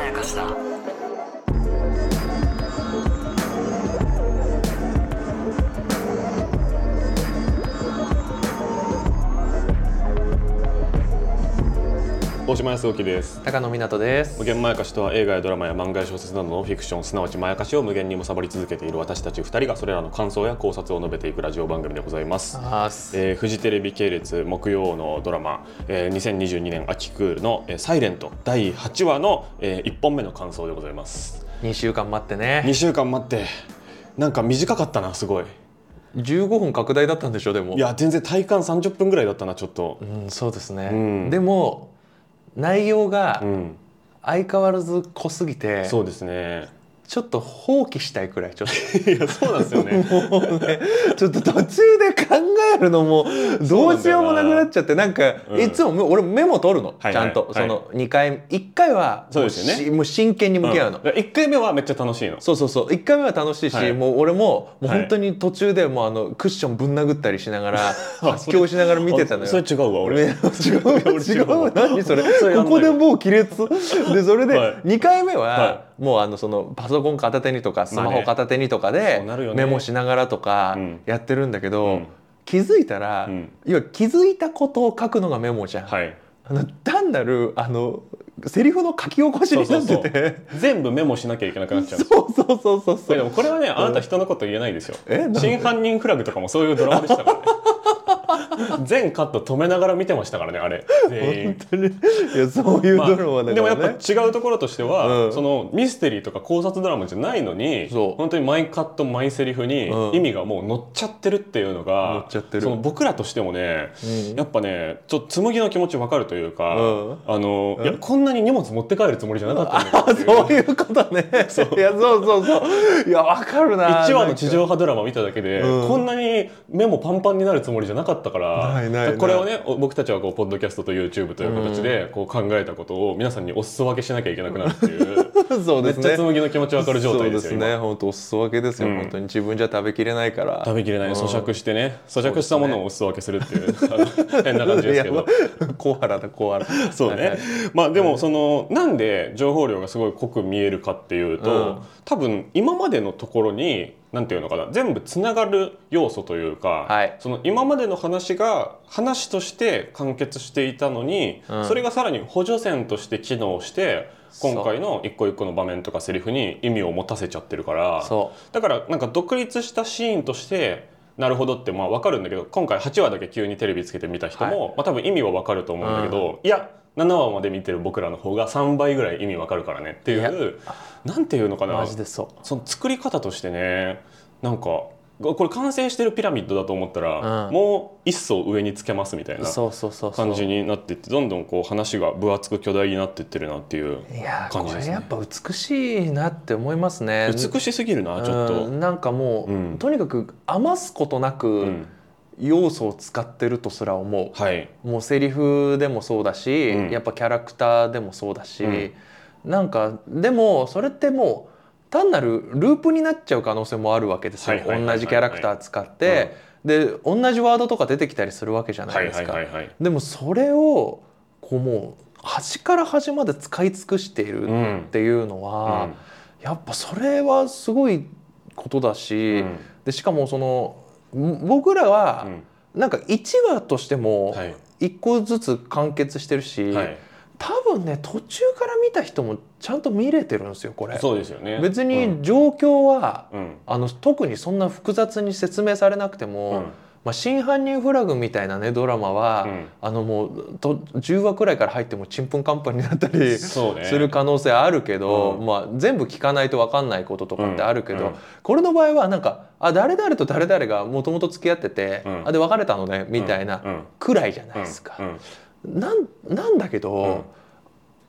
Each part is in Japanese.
やかしだ大島康之です高野湊です無限まやかしとは映画やドラマや漫画や小説などのフィクションすなわちまやかしを無限に貪り続けている私たち二人がそれらの感想や考察を述べていくラジオ番組でございます、あーえー、フジテレビ系列木曜のドラマ、えー、2022年秋クールの「えーサイレント第8話の、え1本目の感想でございます2週間待って2ね週間待ってなんか短かったなすごい15分拡大だったんでしょでもいや全然体感30分ぐらいだったなちょっとうんそうですね、うんでも内容がうん相変わらず濃すぎて、そうですねちょっと放棄したいくらいちょっいやそうなんですよ ねともうね ちょっと途中で考えるのもどうしようもなくなっちゃってなんかうんいつも俺メモ取るの、はいはいちゃんと、はいその2回1回はそうですよねもしもう真剣に向き合うの、うん1回目はめっちゃ楽しいのそうそうそう1回目は楽しいし、はいもう俺ももうはい本当に途中でもうあのクッションぶん殴ったりしなが られ発狂しながら見てたのよ。それ違うわ俺ね 違う俺違違うわう何それそれやんないよここでもう亀裂 でそれではい2回目ははもうあのそのパソコン片手にとかスマホ片手にとかそでうなるよねメモしながらとかうんやってるんだけうどん気づいたらうん要は気づいたことを書くのがメモじゃん。はいあの単なるあのセリフの書き起こしになってて全部メモしなきゃいけなくなっちゃうそう そうそうそこうそれでう。もこれはねあなた人のこと言えないですよえなんで真犯人フラグとかもそういうドラマでしたか らね全カット止めながら見てましたからねあれ全員本当に いやそういうドまラマだからあね、でもやっぱ違うところとしては、うんそのミステリーとか考察ドラマじゃないのにそう本当に毎カット毎セリフにうん意味がもう乗っちゃってるっていうのが乗っちゃってるその僕らとしてもね、うんやっぱねちょっと紬の気持ちわかるというか、うんあのうんいやこんなに荷物持って帰るつもりじゃなかったんだけど あそういうことねいやそうそうそういやわかるな1話の地上波ドラマ見ただけで、うんこんなにメモパンパンになるつもりじゃなかったからないないないこれをねお僕たちはこうポッドキャストと YouTube という形でこう考えたことを皆さんにお裾分けしなきゃいけなくなるっていう。なんか そうめでっすちゃね紬の気持ちわかる状態ですよそうですね本当お裾分けですよ、うん本当に自分じゃ食べきれないから今食べきれないうん咀嚼してね咀嚼したものをお裾分けするっていうあの変な感じですけどいや小原だ小原そうはいはねいまあでもそのなんで情報量がすごい濃く見えるかっていううとん多分今までのところになんていうのかな全部つながる要素というはかいその今までの話が話として完結していたのにうんそれがさらに補助線として機能して今回の一個一個の場面とかセリフに意味を持たせちゃってるからそだからなんか独立したシーンとしてなるほどってまあ分かるんだけど今回8話だけ急にテレビつけて見た人も、まあ、多分意味は分かると思うんだけど、いや7話まで見てる僕らの方が3倍ぐらい意味分かるからねっていいやうなんていうのかうなマジでそうその作り方としてねなんかこれ完成してるピラミッドだと思ったら、うんもう一層上につけますみたいなそうそうそうそう感じになってってどんどんこう話が分厚く巨大になってってるなっていういや感じこでれすねやっぱ美しいなって思いますね美しすぎるなちょっと。うんなんかもう、うんとにかく余すことなうくん要素を使ってるとすら思う、はいもうセリフでもそうだし、うんやっぱキャラクターでもそうだし、うんなんかでもそれってもう単なるループになっちゃう可能性もあるわけですはよいはいはいはいは同いじキャラクター使って、で同じワードとか出てきたりするわけじゃないはいですか。はいはいはいでもそれをこうもう端から端まで使い尽くしているっていうのは、うんやっぱそれはすごいことだし、うんでしかもその僕らは、うんなんか1話としてもはい1個ずつ完結してるし、はい、多分ね途中から見た人もちゃんと見れてるんですよこれ。そうですよね別うんに状況は、うんあの特にそんな複雑に説明されなくてうも、んまあ、真犯人フラグみたいなねドラマは、うんあのもうと10話くらいから入ってもちんぷんかんぷんになったりそうねする可能性あるけど、うんまあ、全部聞かないと分かんないこととかってあるけど、うんうんこれの場合はなんかあ誰々と誰々がもともと付き合ってて、うんあで別れたのねみたいなうんうんくらいじゃないですか。なんなんだけど、うん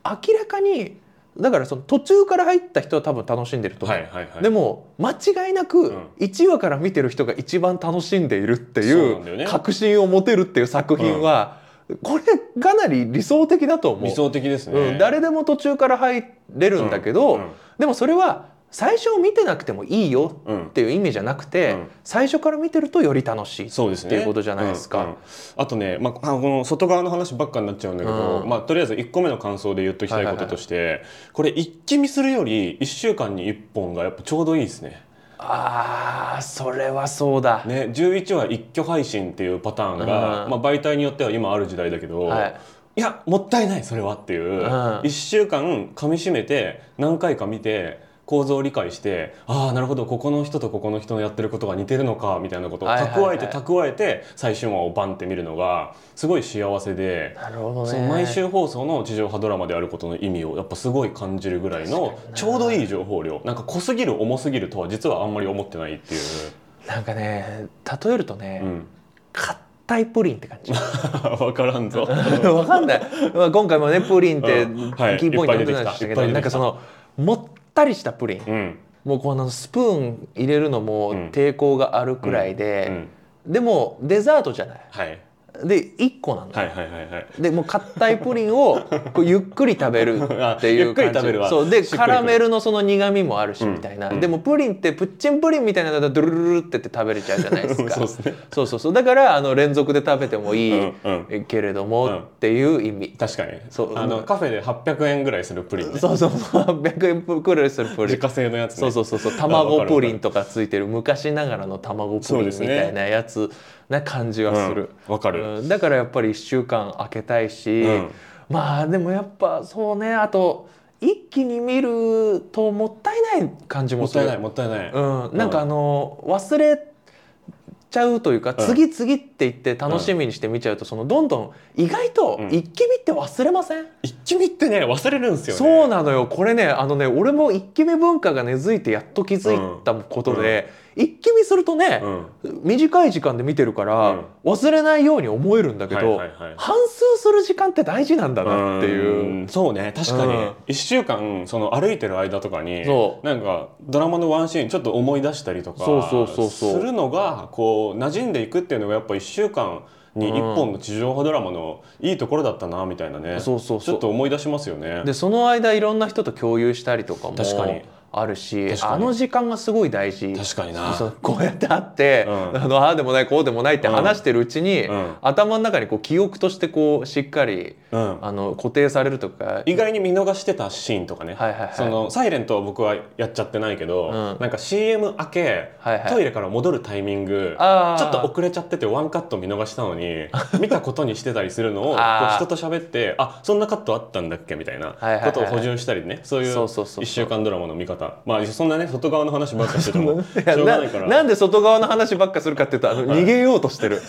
明らかにだからその途中から入った人は多分楽しんでると思はう、いはいはいでもも間違いなくん1話から見てる人が一番楽しんでいるってそういなんだよねう確信を持てるっていう作品は、これかなり理想的だと思う。理想的ですね、うん、誰でも途中から入れるんだけど、うんうんでもそれは最初見てなくてもいいようんっ、ていう意味じゃなくて、うん最初から見てるとより楽しいそうですねっていうことじゃないですかうんうんあとね、まあ、あこの外側の話ばっかになっちゃうんだけど、うんまあ、とりあえず1個目の感想で言っときたいこととして、これ一気見するより1週間に1本がやっぱちょうどいいですね。あーそれはそうだ、ね11話一挙配信っていうパターンが、うんまあ、媒体によっては今ある時代だけど、はい、いやもったいないそれはっていう、ん1週間噛みしめて何回か見て構造を理解してああなるほどここの人とここの人のやってることが似てるのかみたいなことをはいはい蓄はえいて蓄えて最終話をバンって見るのがすごい幸せで。なるほどそねの毎週放送の地上波ドラマであることの意味をやっぱすごい感じるぐらいのちょうどいい情報量なんか濃すぎる重すぎるとは実はあんまり思ってないっていう、なんかね例えるとねう、ん、硬いプリンって感 じ分からんぞわかんない、まあ、今回もねプリンってうんはいキーポイント出てましたいけっぱいど出てきたなんかそのもったりしたプリンうんもうこのスプーン入れるのもうん抵抗があるくらいで、うんでもデザートじゃないはいで1個なの、はいはいはいはいでもう硬いプリンをこうゆっくり食べるって いあゆっうくり感じ食べるわそうでしっくりくるカラメルのその苦味もあるしうんみたいな、うんでもプリンってプッチンプリンみたいなのだとドゥルルルルってって食べれちゃうじゃないですか そうですねそうそうそうだからあの連続で食べてもいい、うんけれどうんもっていう意味、確かにそうあのカフェで800円ぐらいするプリンねそうそうそう800円プクルするプリ自ン家製のやつねそうそうそうそう卵プリンとかついてる昔ながらの卵プそうリンでみすねたいなやつな感じはする、うんわかるうんだからやっぱり1週間空けたいし、うんまあでもやっぱそうねあと一気に見るともったいない感じももっすたるいないもったいない、うん、なんかあの忘れちゃうというか、次々って言って楽しみにして見ちゃうと、そのどんどん意外とうん一気見って忘れません、一気見ってね忘れるんですよねそうなのよこれねあのね俺も一気見文化が根付いてやっと気づいたことで、一気見するとね、うん短い時間で見てるから、忘れないように思えるんだけど、はいはいはい反数する時間って大事なんだなっていう。んそうね確かに、うん1週間その歩いてる間とかにそうなんかドラマのワンシーンちょっと思い出したりとかそうそうそうそうするのがこう馴染んでいくっていうのがやっぱ1週間に1本の地上波ドラマのいいところだったなみたいなね、そうそうちそうょっと思い出しますよねでその間いろんな人と共有したりとかも確かにあるし確かにあの時間がすごい大事確かになそうこうやって会って、うんあのああでもないこうでもないって話してるうちに、うん頭の中にこう記憶としてこうしっかりうん、あの固定されるとか意外に見逃してたシーンとかね、はいはいはいそのサイレントは僕はやっちゃってないけど、うんなんか CM 明け、はいはいトイレから戻るタイミングあーちょっと遅れちゃっててワンカット見逃したの に見たことにしてたりするのをこうあ人ーと喋ってあそんなカットあったんだっけみたいなはいはいはいことを補充したりねそういうそうそうそうそう1週間ドラマの見方まあそんなね外側の話ばっかしててもし いやょうがないかなならんで外側の話ばっかするかっていうとあの逃げようとし てる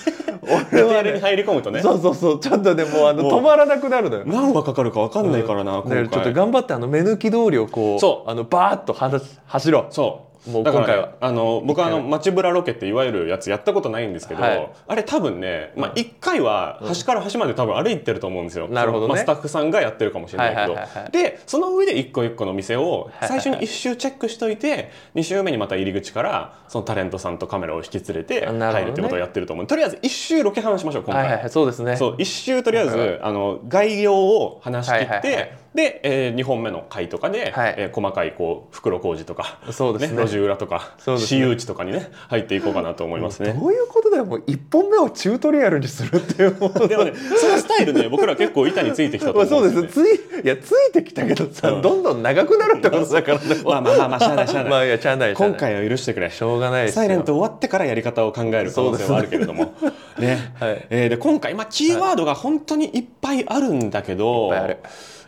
俺はあれにね入り込むとねそうそうそうちょっとねもうあのもう止まらなくなるのよ何話かかるか分かんないからな、だ今から回ちょっと頑張ってあの目抜き通りをこうそあのバーッとはだ走ろうそうもうだから今回はあの僕はあの街ぶらロケっていわゆるやつやったことないんですけど、はいあれ多分ね、まあ、1回は端から端まで多分歩いてると思うんですよ、なるほどねまあ、スタッフさんがやってるかもしれないけど、はいはいはいはいでその上で一個一個の店をいはい最は初いに1周チェックしといて2周目にまた入り口からそのタレントさんとカメラを引き連れてあなるほどね入るってことをやってると思う、とりあえず1周ロケ話しましょう今は回。いはいはいそうですねそう一周とりあえず、はいあの概要を話し切って、はいはいはいで、え2本目の回とかで、はいえー細かいこう袋小路とかそうですね路地裏とか、そうです私ね有地とかにね入っていこうかなと思いますね。どういうことだよもう一本目をチュートリアルにするっていうもうでもねそのスタイルね僕ら結構板についてきたとまあ思そううんですよついいやついてきたけどさ、どんどん長くなるってことだからねまあまあまあまあしゃあないしゃあないまあいやしゃあないしゃあない今回は許してくれしょうがないですよサイレント終わってからやり方を考える可能性はあるけれども、ねはいえーで今回、まあ、キーワードが本当にいっぱいあるんだけど、いっぱいある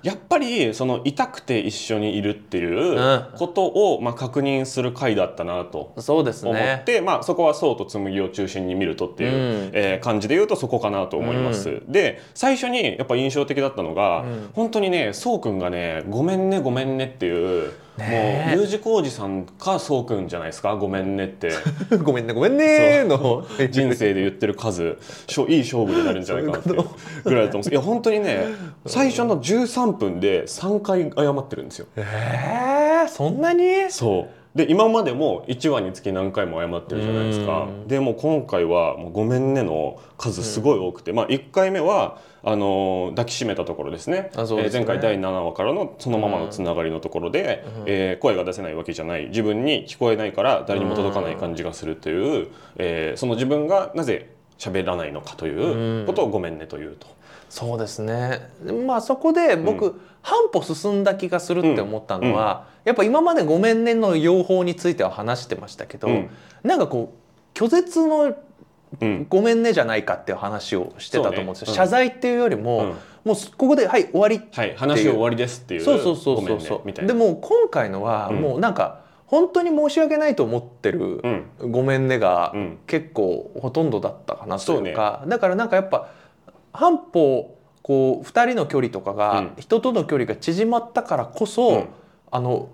やっぱりその痛くて一緒にいるっていううんことを、まあ、確認する回だったなとそうです思っねて、まあ、そこはそうと紬を中心に見るとっていう、うんえー感じで言うとそこかなと思います、で最初にやっぱ印象的だったのが、うん本当にねそうくんがね「ごめんねごめんね」っていう。ねえもう U 字工事さんかそうくんじゃないですか「ごめんね」って ごめんねごめんねーの人生で言ってる数しょいい勝負になるんじゃないかなっていう ぐらいだと思うんですいや本当にね最初の13分で3回謝ってるんですよ。えー、そんなにそうで今までも1話につき何回も謝ってるじゃないですかうんでもう今回は「もうごめんね」の数すごい多くて、まあ、1回目はあのー抱きしめたところですねあそうですえー前ね回第7話からのそのままのつながりのところで、うんえー声が出せないわけじゃない自分に聞こえないから誰にも届かない感じがするという、えーその自分がなぜ喋らないのかということを「ごめんね」というと。そうですねまあそこで僕、半歩進んだ気がするって思ったのは、やっぱ今まで「ごめんね」の用法については話してましたけど、うんなんかこう拒絶のうん「ごめんね」じゃないかっていう話をしてたと思うんですよ、そうね謝罪っていうよりも、うんもうすここで「はい終わり」はい、話を終わりですっていうそうそうそうごめそんうねそう、みたいな。でも今回のはうんもうなんか本当に申し訳ないと思ってるう「んごめんね」がうん結構ほとんどだったかなというかだからなんかやっぱ半歩こう2人の距離とかが、うん人との距離が縮まったからこそ、うんあの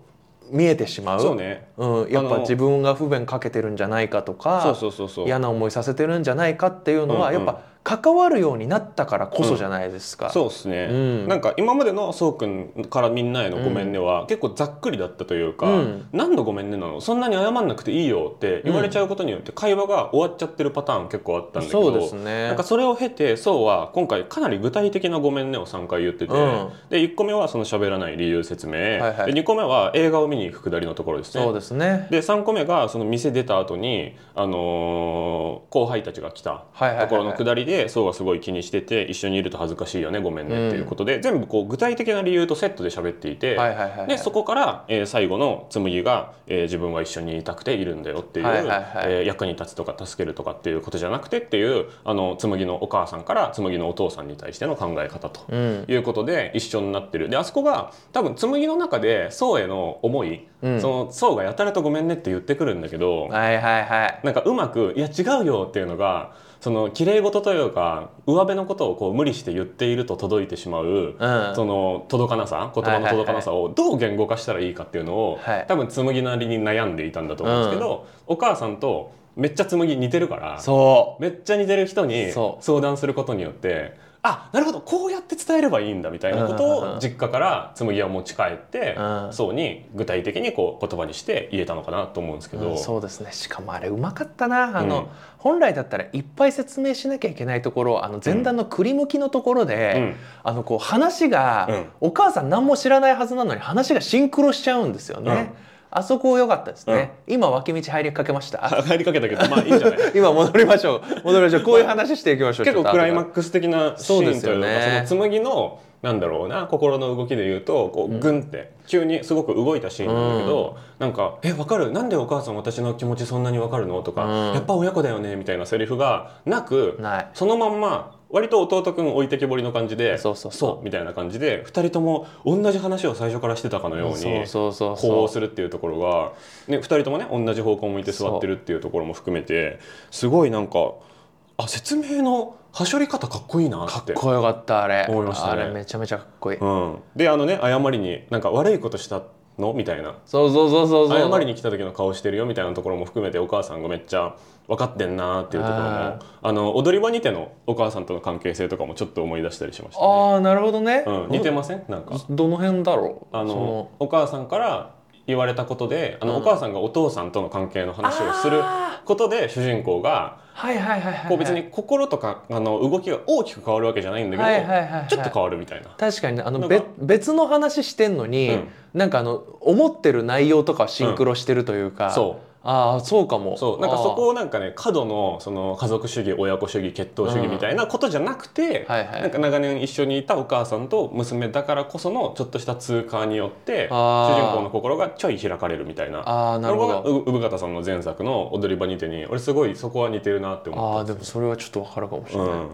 見えてしまうそうねうん、やっあぱの自分が不便かけてるんじゃないかとかそうそうそうそう嫌な思いさせてるんじゃないかっていうのは、うんうんやっぱ関わるようになったからこそじゃないですか。そうですね、うんなんか今までのそうくんからみんなへの「ごめんね」は結構ざっくりだったというか「うん何のごめんねなのそんなに謝んなくていいよ」って言われちゃうことによって会話が終わっちゃってるパターン結構あったんだけどそうですねなんかそれを経てそうは今回かなり具体的な「ごめんね」を3回言ってて、うんで1個目はその喋らない理由説明、はいはいで2個目は映画を見に行くくだりのところですねそう。ですね。で3個目がその店出た後にあのー後輩たちが来たはいはいはいはいところの下りでそうがすごい気にしてて一緒にいると恥ずかしいよねごめんうんねっていうことで、全部こう具体的な理由とセットで喋っていて、はいはいはいはいでそこから、えー最後の紬が、えー自分は一緒にいたくているんだよっていう、はいはいはいえー役に立つとか助けるとかっていうことじゃなくてっていうあの紬のお母さんから紬のお父さんに対しての考え方とうんいうことで一緒になってるであそこが多分紬の中で宋への思い、うんその宋がやたらと「ごめんね」って言ってくるんだけどはいはいはい。なんかうまく「いや違うよ」っていうのがその綺麗事というか上辺のことをこう無理して言っていると届いてしまう。うん。その届かなさ言葉の届かなさをどう言語化したらいいかっていうのを、はい多分紬なりに悩んでいたんだと思うんですけど、お母さんとめっちゃ紬似てるからそう。めっちゃ似てる人にそう相談することによってあなるほどこうやって伝えればいいんだみたいなことうんうんうをん実家から紬は持ち帰って、うんそうに具体的にこう言葉にして言えたのかなと思うんですけど、うんそうですねしかもあれうまかったなあの、うん本来だったらいっぱい説明しなきゃいけないところあの前段のくりむきのところで、うんあのこう話が、うんお母さん何も知らないはずなのに話がシンクロしちゃうんですよね、うんあそこ良かったですね、今脇道入りかけましたあ帰りかけたけどまあいいんじ ゃない今戻りましょう戻りましょうこういう話していきましょう結構クライマッックス的なシそうでーンすといようかそ,、ねの紬のなんだろうな心の動きで言うとこうグンって急にすごく動いたシーンなんだけど、なんか「えわかるなんでお母さん私の気持ちそんなにわかるの?」とか、うんやっぱ親子だよね」みたいなセリフがなくないそのまんま割と弟くん置いてけぼりの感じでそうそうそうみたいな感じで2人とも同じ話を最初からしてたかのようそうにそうそうこそううするっていうところが、ね、2人ともね同じ方向を向いて座ってるっていうところも含めてすごいなんかあ説明のはしょり方かっこいいなって。かっこよかったあれ思いましたねあれめちゃめちゃかっこいい、うん、であのね謝りになんか悪いことしたのみたいなそうそうそうそうそう謝りに来た時の顔してるよみたいなところも含めてお母さんがめっちゃ分かってんなーっていうところもああの踊り場にてのお母さんとの関係性とかもちょっと思い出したりしましたね。ああなるほどね、うん、似てませんなんかどの辺だろうあそのお母さんから言われたことであの、お母さんがお父さんとの関係の話をするあことで主人公がはいはいはいはいこう別に心とかあの動きが大きく変わるわけじゃないんだけど、はいはいはいはいちょっと変わるみたいな。確かにねあのなんかべ別の話してんのに、うんなんかあの思ってる内容とかはシンクロしてるというか、そうああそうかもそうなんかそこをなんかね過度のその家族主義親子主義血統主義みたいなことじゃなくて、はいはいなんか長年一緒にいたお母さんと娘だからこそのちょっとした通過によって主あー人公の心がちょい開かれるみたいな。ああなるほどこれがう生方さんの前作の「踊り場にて」に俺すごいそこは似てるなって思っああでもそれはちょっとわかるかもした、れない、うん、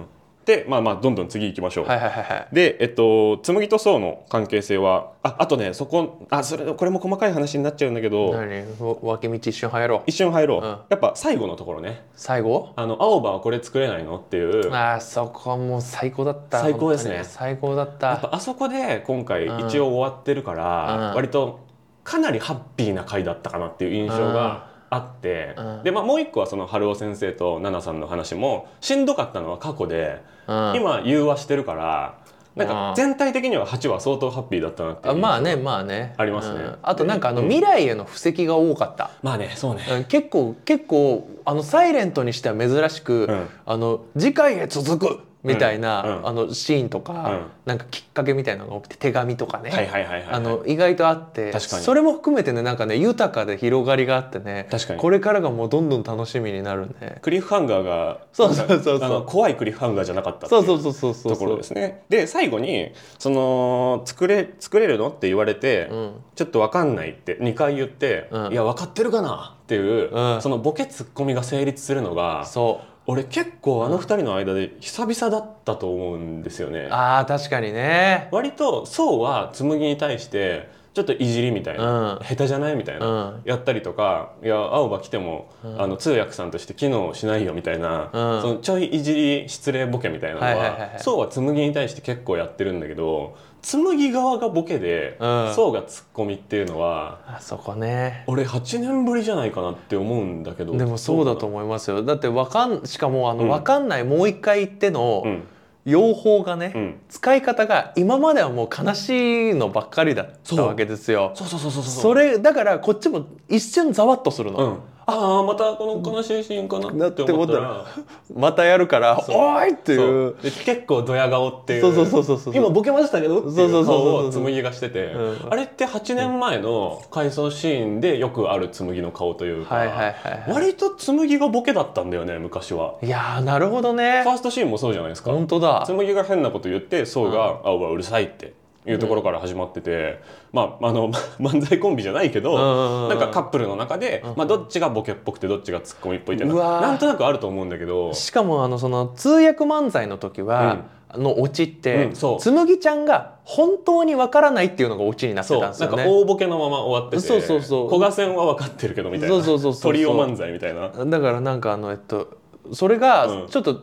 でまあまあどんどん次行きましょう、はいはいはいはいで、えっと、紬と宋の関係性はああとねそこあそれこれも細かい話になっちゃうんだけど何わ脇道一瞬入ろう一瞬入ろう、うんやっぱ最後のところね最後あの青葉はこれ作れないのっていうやっ ああそこはもう最高だった最高ですね本当に最高だったぱあそこで今回うん一応終わってるから、うん割とかなりハッピーな回だったかなっていう印象があって、うんで、まあ、もう一個はその春尾先生と奈々さんの話もしんどかったのは過去で、うん今融和してるからなんか全体的には8は相当ハッピーだったなっていあうまあねまあねありますねうんあとなんかあのうん未来への布石が多かった、まあねそうねうん結構結構あのサイレントにしては珍しうく、んあの次回へ続くみたいな、うんうんあのシーンとか、うんなんかきっかけみたいなのが多くて手紙とかね、はいはいはいはいあの意外とあって確かにそれも含めてねなんかね豊かで広がりがあってね確かにこれからがもうどんどん楽しみになるね。クリフハンガーがそうそうそうそなうんかあの怖いクリフハンガーじゃなかったっていそううそうそうそうそうところですねで最後にその作れ作れるのって言われて、うんちょっとわかんないって2回言って、うんいや分かってるかなっていう、うんそのボケツッコミが成立するのがそう俺結構あの2人の間で久々だったと思うんですよね。あー確かにね。割とそうは紬に対してちょっといじりみたいな、うん下手じゃないみたいな、うんやったりとかいや青葉来ても、んあの通訳さんとして機能しないよみたいな、うんそのちょいいじり失礼ボケみたいなのは,、はいはいはいはいそうは紬に対して結構やってるんだけど紬側がボケで、うんそうがツッコミっていうのはあそこね。俺8年ぶりじゃないかなって思うんだけどでもそうだと思思いますよ。だってわかんしかもあうのんわかんない、もう一回言ってうのん、用法がね、うん使い方が今まではもう悲しいのばっかりだったそうわけですよ。そうそうそうそううそれだからこっちも一瞬ざわっとするうの。ん、ああまたこの悲しいシーンかなって思ったら。またやるから「そうおーい!」っていうそうで結構ドヤ顔っていうそうそうそうそうそう今ボケましたけどってそういそううそうそう顔を紬がしてて、うんあれって8年前の回想シーンでよくある紬の顔というか、はいはいはいは割と紬がボケだったんだよね昔は。いいやーなるほどファねーストシーンもそうじゃないですか本当だ紬が変なこと言って想が「あお前うるさい」っていうところから始まってて、ま ああの漫才コンビじゃないけど、うんうんうんなんかカップルの中で、まあ、どっちがボケっぽくてどっちがツッコミっぽいっていうのうはわーなんとなくあると思うんだけどしかもあのその通訳漫才の時は、のオチって、うんそう紬ちゃんが本当にわからないっていうのがオチになってそうたんですなんよかね大ボケのまま終わっててそうそうそう古賀戦は分かってるけどみたいなそうそうそうそうトリオ漫才みたいなだからなんかあのえっとそれがうんちょっと、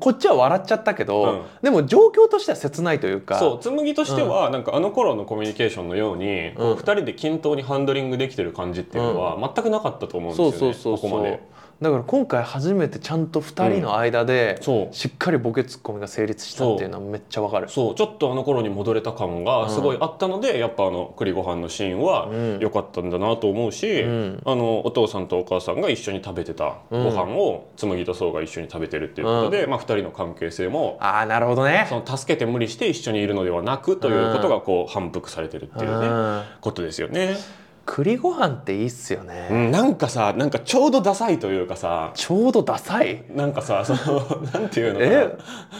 こっちは笑っちゃったけど、うでも状況としては切ないというかそう紬としてはなんかあの頃のコミュニケーションのように、こううん2人で均等にハンドリングできてる感じっていうのは全くなかったと思うんですそようね、そうそうそうここまでだから今回初めてちゃんと2人の間で、そうしっかりボケツッコミが成立したっていうのはめっちゃわかるそうちょっとあの頃に戻れた感がすごいあったので、やっぱあの栗ご飯のシーンはうん良かったんだなと思うし、うんあのお父さんとお母さんが一緒に食べてたご飯を紬と想が一緒に食べてるっていうことで、まあ、2人の関係性もああなるほどねその助けて無理して一緒にいるのではなくということがこう反復されてるっていううねんことですよね、栗ご飯っていいっすようね、ん、なんかさなんかちょうどダサいというかさちょうどダサいなんかさその なんていうのかなえ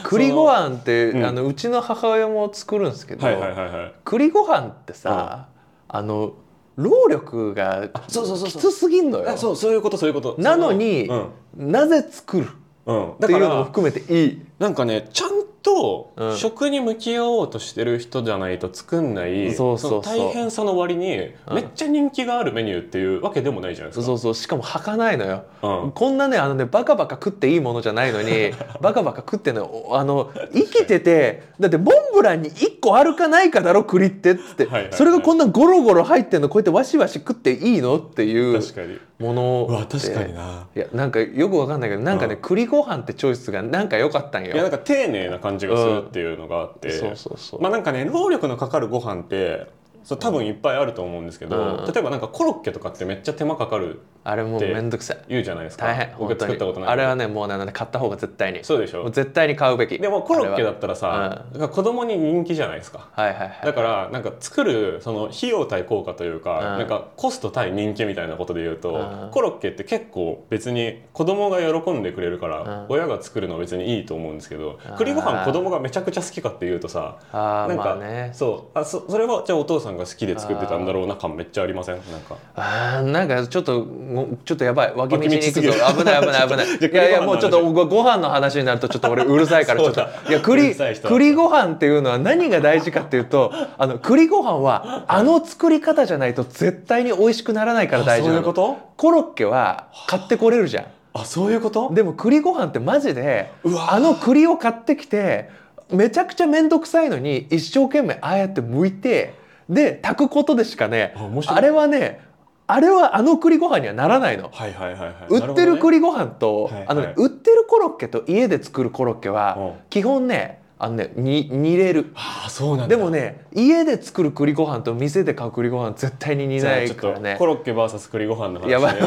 栗ご飯ってうんあのうちの母親も作るんですけど、はいはいはいはい栗ご飯ってさ、あの労力がそうそうそうきそうつすぎんのよあそうそういうことそういうことなのにそのなぜ作るうん、うん、っだていかうのもら含めていいなんかねちゃんとうん食に向き合おうとしてる人じゃないと作んない、そうそうそうの大変さの割にうんめっちゃ人気があるメニューっていうわけでもないじゃないですか。そうそうしかも儚ないのようんこんなねあのねバカバカ食っていいものじゃない のにバカバカ食ってんのよおあの生きててだってモンブランに1個あるかないかだろ栗ってっつって、はいはいはいそれがこんなゴロゴロ入ってんのこうやってわしわし食っていいのっていう確かにものうわって確かにないやなんかよくわかんないけどなんかね、うん栗ご飯ってチョイスがなんか良かったんいやなよんか丁寧な感じがするっていうのがあって、そうそうそう、まあなんかね労力のかかるご飯ってそう多分いっぱいあると思うんですけど、うん例えばなんかコロッケとかってめっちゃ手間かかるあれもうめんどくさい言うじゃないですか大変本僕当作にったことないあれはねもうねあのね買った方が絶対にそうでしもょう絶対に買うべきでもコロッケだあったらさ、なんか子供に人気じゃないですかれははいはいはいだからなんか作るその費用対効果というか、うんなんかコスト対人気みたいなことで言うと、うんコロッケって結構別に子供が喜んでくれるから、うん親が作るのは別にいいと思うんですけど、うん栗ご飯子供がめちゃくちゃ好きかっていうとさあなーんか、まあねそうあそそれはじゃあお父さんが好きで作ってたんだろうな感めっちゃありませんなんかあーなんかちょっともうちょっとやばい脇道に行脇道すくぞぎる危ない危ない危ない じゃあいやいや栗ご飯の話もうちょっとごご飯の話になるとちょっと俺うるさいからちょそっうとだいやう栗るさい人だ栗ご飯っていうのは何が大事かっていうとあの栗ご飯はあの作り方じゃないと絶対に美味しくならないから大事なあそういのうことコロッケは買ってこれるじゃんあそういうことでも栗ご飯ってマジでうわあの栗を買ってきてめちゃくちゃ面倒くさいのに一生懸命ああやって剥いてで炊くことでしかねあ面白いあれはねあれはあの栗ご飯にはならないの。はいはいはいはい売ってる栗ご飯と、なるほどねあのねはいはい売ってるコロッケと家で作るコロッケは、うん基本ねあのねに煮れるああそうなんだでもね家で作る栗ご飯と店で買う栗ご飯絶対に煮じゃなあいちょっからとねコロッケ VS 栗ご飯の話 やばいで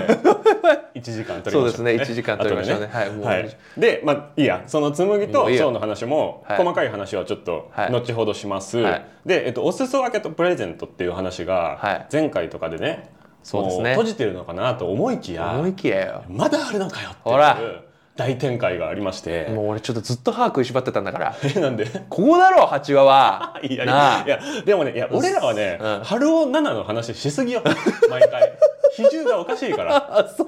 1時間取りましょそうですね1時間取りましょうね後はいもでう、はいでまあいいやその紬もとういいよ翔の話もはい細かい話はちょっとはい後ほどします、はいで、えっと、お裾分けとプレゼントっていう話はいが前回とかでね、そうですねも閉じてるのかなと思いきや思いきやよまだあるのかよってほらいう大展開がありまして もう俺ちょっとずっと歯食いしばってたんだからえなんで ここだろ八話はいやいなあやいやでもねいや俺らはね、うん春尾奈々の話しすぎよ毎 回比重がおかしいからあそ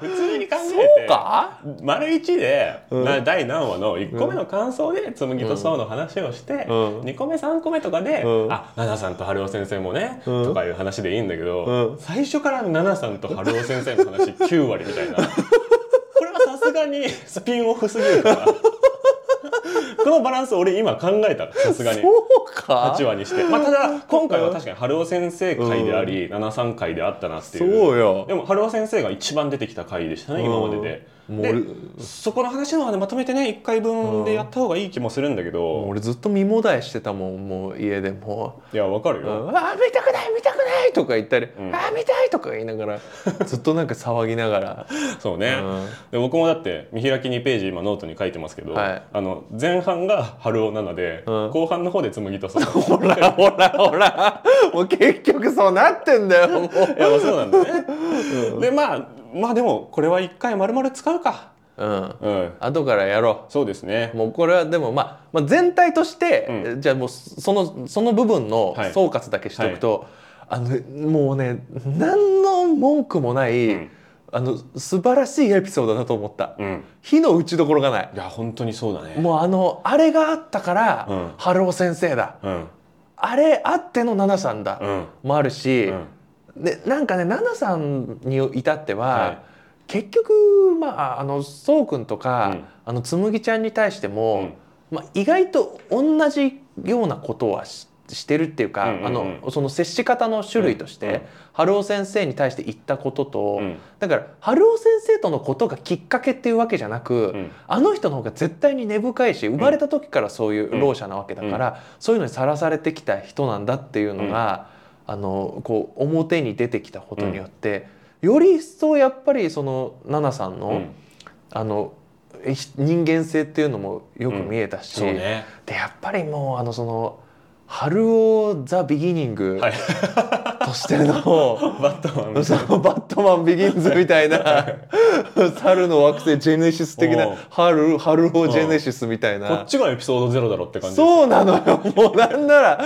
う普通に考えてそうか丸一で、うんな第何話の1個目の感想で紬とそうの話をして、うん2個目3個目とかで、うんあ奈々さんと春雄先生もね、うんとかいう話でいいんだけど、うん最初から奈々さんと春雄先生の話9割み たいなこれはさすがにスピンオフすぎる からこのバランス俺今考えたさすがに。そうか8話にして、まあ、ただ今回は確かに春雄先生会であり、七三回であったなっていうそうよでも春雄先生が一番出てきた回でしたね今までで、うんもうでそこの話のはねまとめてね1回分でやった方がいい気もするんだけど、もう俺ずっと身もだえしてたもんもう家でもいやわかるう「うよ、わあ見たくない見たくない」とか言ったり「んああ見たい」とか言いなが らずっとなんか騒ぎながらそうね、うんで僕もだって見開き2ページ今ノートに書いてますけど、はいあの前半が春雄7で、うん後半の 方で紬とそういほらほらほらもう結局そうなってんだ よもうやまあそうなんだね、でまあまあでもこれは1回まるまる使うかうんうん後からやろそうですねうもうこれはでもまあ、まあ、全体として、うじゃあもうそのその部分のはい総括だけしておくと、あのもうね何の文句もない、んあの素晴らしいエピソードだと思った、うん火の打ちどころがないいや本当にそうだねもうあのあれがあったから、うん春雄先生だうんあれあっての奈々さんだ、うんもあるし、うんでなんかね奈々さんに至っては、はい結局まああのそうくんとか、うんあのつむぎちゃんに対しても、まあ、意外と同じようなことはししてるっていうか、うんうんうんあのその接し方の種類として、うんうん春尾先生に対して言ったことと、うんだから春尾先生とのことがきっかけっていうわけじゃなく、うんあの人の方が絶対に根深いし生まれた時からそういうろう者なわけだから、そういうのにさらされてきた人なんだっていうのが、あのこう表に出てきたことによって、より一層やっぱりその奈々さんの,、うんあのえひ人間性っていうのもよく見えたし、そうねでやっぱりもうあのその「春をザ・ビギニングはいとし ての、バットマン そのバットマンビギンズみたい な猿の惑星ジェネシス的おなう春春をジェネシスみたいこっなちがエピソードゼロだろって感じそうなのよ もうなんなら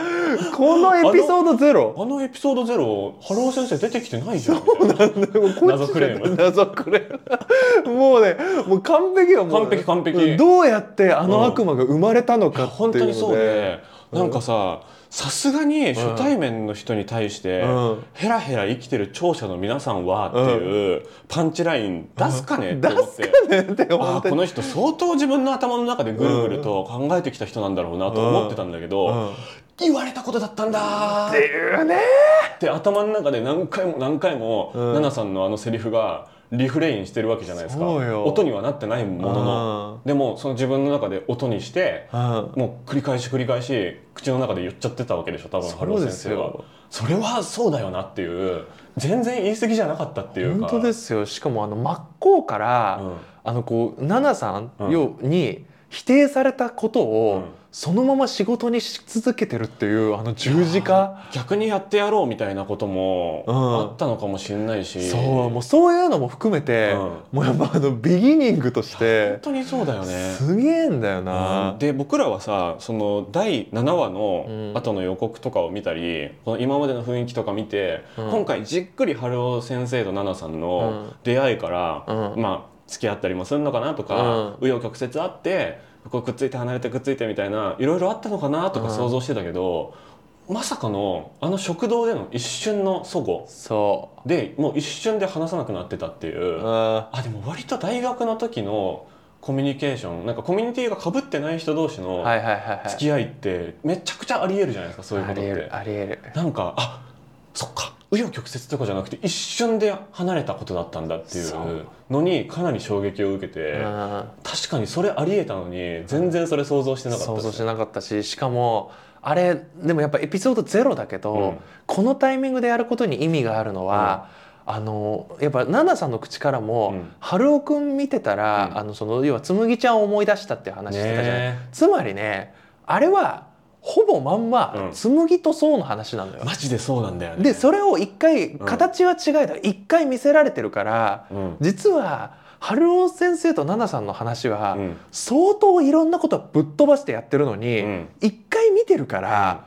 このエピソードゼロあのエピソードゼロハロー先生出てきてないじゃんみたいな謎 謎ク レーム謎クレームもうねもう完璧よもう完璧完璧どうやってあの悪魔が生まれたのか本ってい当うのにでそうねなんかささすがに初対面の人に対してうん「ヘラヘラ生きてる聴者の皆さんは」っていうパンチライン出すかねって出思っすて。かねってあ本ー当こにの人相当自分の頭の中でぐるぐると考えてきた人なんだろうなと思ってたんだけど、うんうん言われたことだったんだーっていうねで頭の中で何回も何回もうん奈々、さんのあのセリフがリフレインしてるわけじゃないですかそうよ音にはなってないもののでもその自分の中で音にしてうんもう繰り返し繰り返し口の中で言っちゃってたわけでしょ多分そ春う尾で先す生はよそれはそうだよなっていう全然言い過ぎじゃなかったっていうか、本当ですすよしかもあの真っ向から、うんあのこう奈々さうんんように否定されたことを、うんそのまま仕事にし続けてるっていうあの十字架逆にやってやろうみたいなこともうんあったのかもしれないし、そうもうそういうのも含めて、うんもうやっぱあのビギニングとし 本て当にそうだよねすげえんだよう。なんで僕らはさその第7話のうん後の予告とかを見たり、この今までの雰囲気とか見て、うん今回じっくり春雄先生と奈々さんの出会いから、うんまあ付き合ったりもするのかなとか、紆余曲折あってこうくっついて離れてくっついてみたいないろいろあったのかなとか想像してたけど、まさかのあの食堂での一瞬の齟齬そでもう一瞬で話さなくなってたっていう。う、ああでも割と大学の時のコミュニケーションなんかコミュニティがかぶってない人同士ーのはいはいはいはい付き合いってめちゃくちゃありえるじゃないですかそういうこあとりっえてるありえるなんかあそっか紆余曲折とかじゃなくて一瞬で離れたことだったんだっていそううのにかなり衝撃を受けてうん確かにそれありえたのに全然それ想像してなかった想です像してなかったししかもあれでもやっぱエピソードゼロだけど、うんこのタイミングでやることに意味があるのは、あのやっぱ奈々さんの口からも、うん春雄くん見てたら、うんあのその要は紬ちゃんを思い出したっていう話してたじゃない、ねつまりねあれはほぼまんま、うん紬と想の話なのよえ。マジでそうなんだよねでそれを一回ん形は違いだ一、回見せられてるから、うん実は春雄先生と奈々さんの話は、うん相当いろんなことをぶっ飛ばしてやってるのうにん一、回見てるから、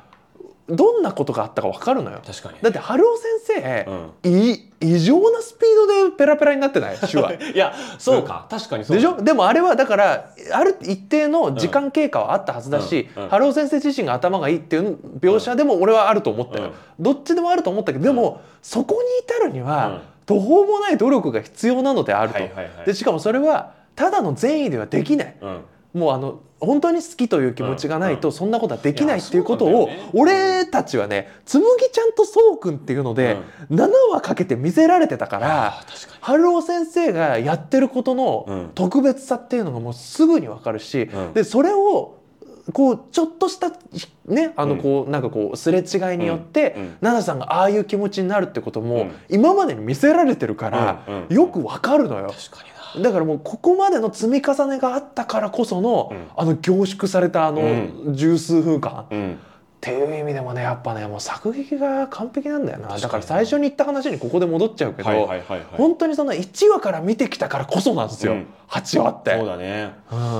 どんなことがあったか分かるのよ。確かにだって春雄先生、うんい異常なスピードでペラペラになってない手話いやそうか確かに そうでしょでもあれはだからある一定の時間経過はあったはずだし、うんうん春雄先生自身が頭がいいっていう描写でも俺はあると思ったよ、どっちでもあると思ったけどでも、そこに至るには、途方もない努力が必要なのであるはと、いはいはいでしかもそれはただの善意ではできないうんもうあの本当に好きという気持ちがないとそんなことはできないいやっていうことそうなをんだよね俺たちはね紬ちゃんとそうくんっていうので7話かけて見せられてたからあ確か春雄先生がやってることうのん特別さっていうのがもうすぐに分かるしうんでそれをこうちょっとしたねあうのんこうなんかこうすれ違いによっうんうんて奈々さんがああいう気持ちになるってことうもん今までに見せられてるからうんうんよく分かるのよに。確かになだからもうここまでの積み重ねがあったからこその、うんあの凝縮されたあのう十数分間、っうんていう意味でもねやっぱねもう作劇が完璧なんだよな確かにだから最初に言った話にここで戻っちゃうけど、はいはいはいはい本当にその1話から見てきたからこそなんですよ、うん8話って。そうだね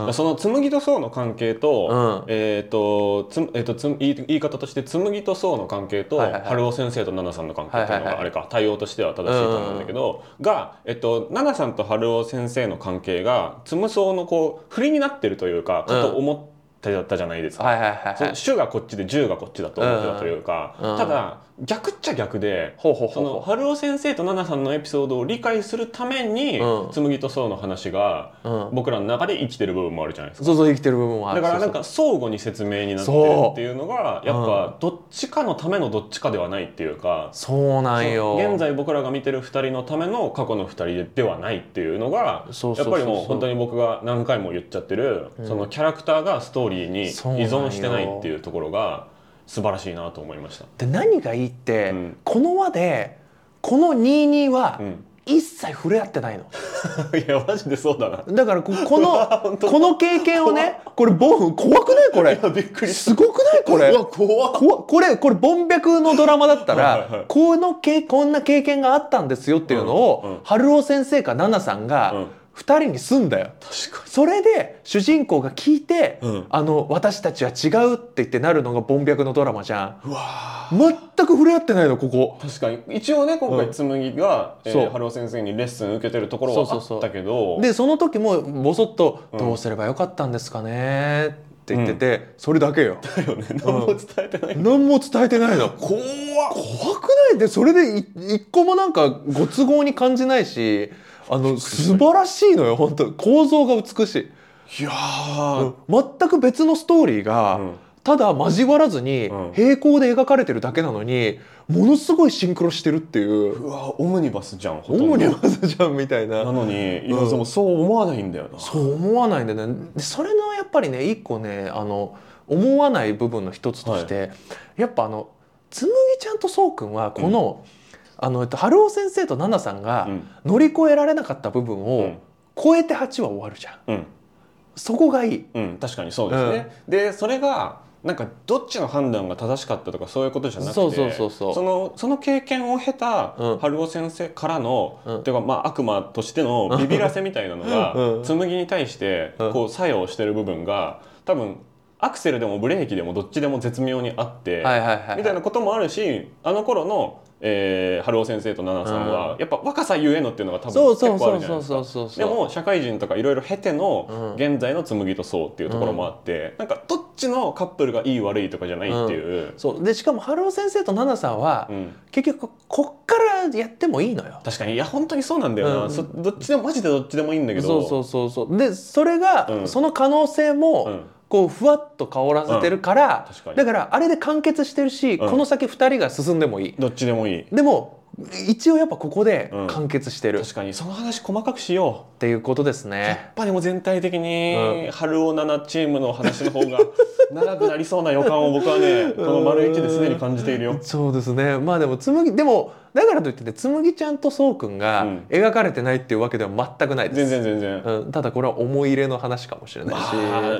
うんその紬と層の関係と、うんえっ、とつむえっ、とつむ言い言い方として紬と層の関係と、はいはいはい春尾先生と奈々さんの関係っていうのはいはいはがいあれか、対応としては正しいと思うんだけど、がえっ、と奈々さんと春尾先生の関係が紬層のこう振りになってるというかかと思ってだったじゃないですか。はいはいはいそはのい。主がこっちで銃がこっちだと思ってたというか、うんうんただ逆っちゃ逆でほうほうそほうのほ春尾先生と奈々さんのエピソードを理解するために、うん紬と想の話がう。うん、僕らの中で生きてる部分もあるじゃないですか。そうそう生きてる部分はあだるからなんそうか相互に説明になってるっていうのがそうやっぱどっちかのためのどっちかではないっていうか、そうそうなんよ。現在僕らが見てる2人のための過去の2人でではないっていうのがそうそやうっぱそうそうりもう本当に僕が何回も言っちゃってるうんそのキャラクターがストーリーに依そうなんよ存してないっていうところが素晴らしいなと思いました。で何がいいって、うんこの輪でこの22はうん一切触れ合 ってないの。いやマジでそうだな。だからここうわの 本当だこの経験をねこれボン怖くないこれいやびっくりしたすごくないこれうわ怖っこわこれこれボン白のドラマだったらはいはいはいこのけこんな経験があったんですよっていうのを、うんうん春雄先生か奈々さんうがん2人にすんだよ。確かそれで主人公が聞いて、うんあの私たちは違うって言ってなるのがボン白のドラマじゃん。に。うわ全く触れ合ってないのここ。確かに一応ね今う回ん紬が、えーそう春尾先生にレッスン受けてるところそうはそうそあうったけどでその時もボソッと「うんどうすればよかったんですかね」って言ってて、それだけよだよね 何も伝えてない、何も伝えてないの怖くないでそれでい一個もなんかご都合に感じないしあの素晴らしいのよ本当構造が美しい、いやー、全く別のストーリーが、うんただ交わらずにうん平行で描かれてるだけなのにものすごいシンクロしてるっていううわオムニバスじゃんほとオんどムニバスじゃんみたいななのにいやでもそう思わないんだよな、そう思わないんだよねでそれのやっぱりね一個ねあの思わない部分の一つとして、やっぱあの紬ちゃんとそうくんはこの,、あのえっと春雄先生と奈々さんがうん乗り越えられなかった部分うをん超えて8話終わるじゃうんんそこがいいうん、確かにそうですね、でそれがなんかどっちの判断が正しかったとかそういうことじゃなくてそうそうそうそうそのその経験を経たうん春尾先生からの、うんっていうかまあ悪魔としてのビビらせみたいなのが、うん紬に対してうんこう作用してる部分が多分アクセルでもブレーキでもどっちでも絶妙にあって、はいはいはいみたいなこともあるしあの頃の、えー、春尾先生と奈々さんは、やっぱ若さゆえのっていうのが多分そう結そう構あそるうじゃないそうですかそうそうそうでも社会人とかいろいろ経てのうん現在の紬とそうっていうところもあって、なんかどっちのカップルがいい悪いとかじゃないっていう、そうでしかも春雄先生と奈々さんは、うん結局こっからやってもいいのよ確かにいや本当にそうなんだよな、うんそどっちでもマジでどっちでもいいんだけどそうそうそうそうでそれが、うんその可能性も、うんこうふわっと香らせてるから、うん確かにだからあれで完結してるし、うんこの先2人が進んでもいいどっちでもいいでも一応やっぱここでうん完結してるっ確かにその話細かくしよていうことですうやっね、ぱりもう全体的うに春尾七チームの話の方が 長くなりそうな予感を僕はねこの丸一ですでに感じているよそうですねまあでも紬でもだからといってね紬ちゃんとそうくんがうん描かれてないっていうわけでは全くないです全然全然うん、ただこれは思い入れの話かもしれないし、あ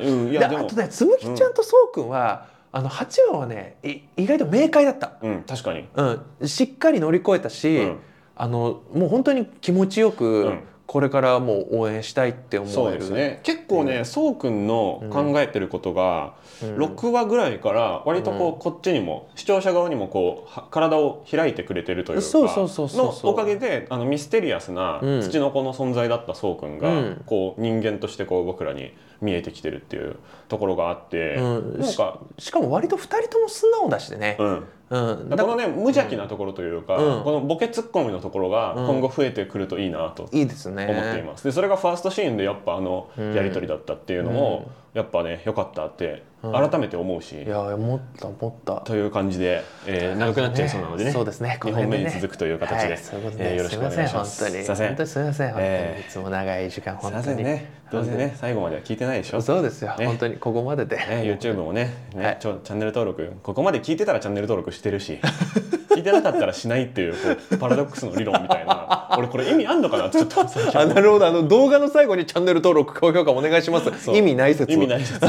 ーうんいでやであもとね紬ちゃんとそうくんは、あの8話はねい意外と明快だった、うん確かにうん、しっかり乗り越えたし、うんあのもう本当に気持ちよく、うんこれからもう応援したいって思えるそうですね結構ねそうくんの考えてることがうん6話ぐらいから割とうこうこっちにも視聴者側にもこうは体を開いてくれてるというかそうそうそうそうのおかげであのミステリアスなうん土の子の存在だったそうくんうがんこう人間としてこう僕らに見えてきてるっていうところがあってうんなんかしかも割と2人とも素直だしでね、うんうんだだからかこらのね無邪気なところというかうんこのボケツッコミのところがうん今後増えてくるといいなといいですね思っています。でそれがファーストシーンでやっぱあのうんやり取りだったっていうのもやっぱね良かったって改めて思うし、いや思った思ったという感じで、えー長くなっちゃいそうなのでね。そうですね二本目にこの辺でね続くという形ではいそういうことえでーよろしくお願いしますすいません本当にすいません本当にすみません本当に、えーいつも長い時間すい本当まにせんね。どうせね最後までは聞いてないでしょ。そうですよ、ね本当にここまでで、ね、YouTube もねね、はいちょチャンネル登録ここまで聞いてたらチャンネル登録してるし 聞いてなかったらしないっていうこうパラドックスの理論みたいな俺これ意味あんのかなってちょっと最近 あなるほどあの動画の最後にチャンネル登録高評価お願いしますそう意味ない説意味ないです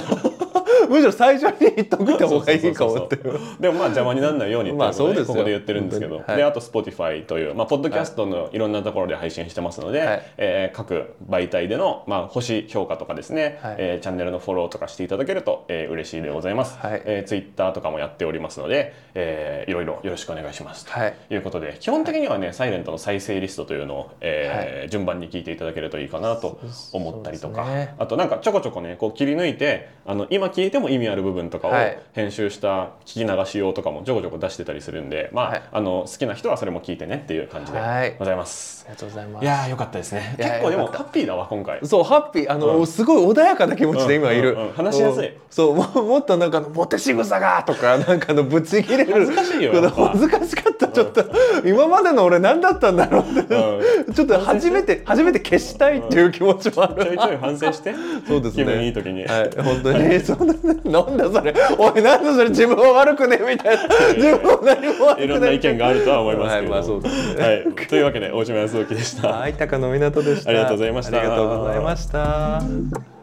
むしろ最初に言っとくって方がいいかもっていうそうそうそうそうでもまあ邪魔にならないようにっていうまあことそうですよここで言ってるんですけど、本当にはいであと Spotify という、まあ、ポッドキャストのいろんなところで配信してますので、はいえー各媒体での、まあ、星評価とかですね、はいえーチャンネルのフォローとかしていただけると、えー嬉しいでございます、はいえー、Twitter とかもやっておりますので、えーいろいろよろしくお願いしますと。はいいうことで基本的にはね「サイレントの再生リストというのを、えー順番に聞いていただけるといいかなと思ったりとか、そうですねあとなんかちょこちょこねこう切り抜いてあの今聞いても意味ある部分とかをはい編集した聞き流し用とかもちょこちょこ出してたりするんで、まあはいあの好きな人はそれも聞いてねっていう感じではいございます。ありがとうございまい、すやーよかったですねいやー結構でもよかっハッピーだわ今回そうハッピーあの、うんすごい穏やかな気持ちで今いうる、んうんうん話しやすいうんそうも もっとなんかあのモテ仕草がとかなんかあのぶち切れる恥ずかしいよこのやっぱ恥ずかしかったちょっと、今までの俺何だったんだろうって、ちょっと初めて初めて消したいっていう気持ちもある、ちょいちょい反省して そうです気ね分いい時に、はい、本当に、そんな、なんだそれ、おい、なんだそれ、自分は悪くねみたいな、自分は何も悪くな い。いろんな意見があるとは思いますけれども、はいまあそうですねはいというわけで大島康之でした。はい、高野湊でした。ありがとうございましたありがとうございました。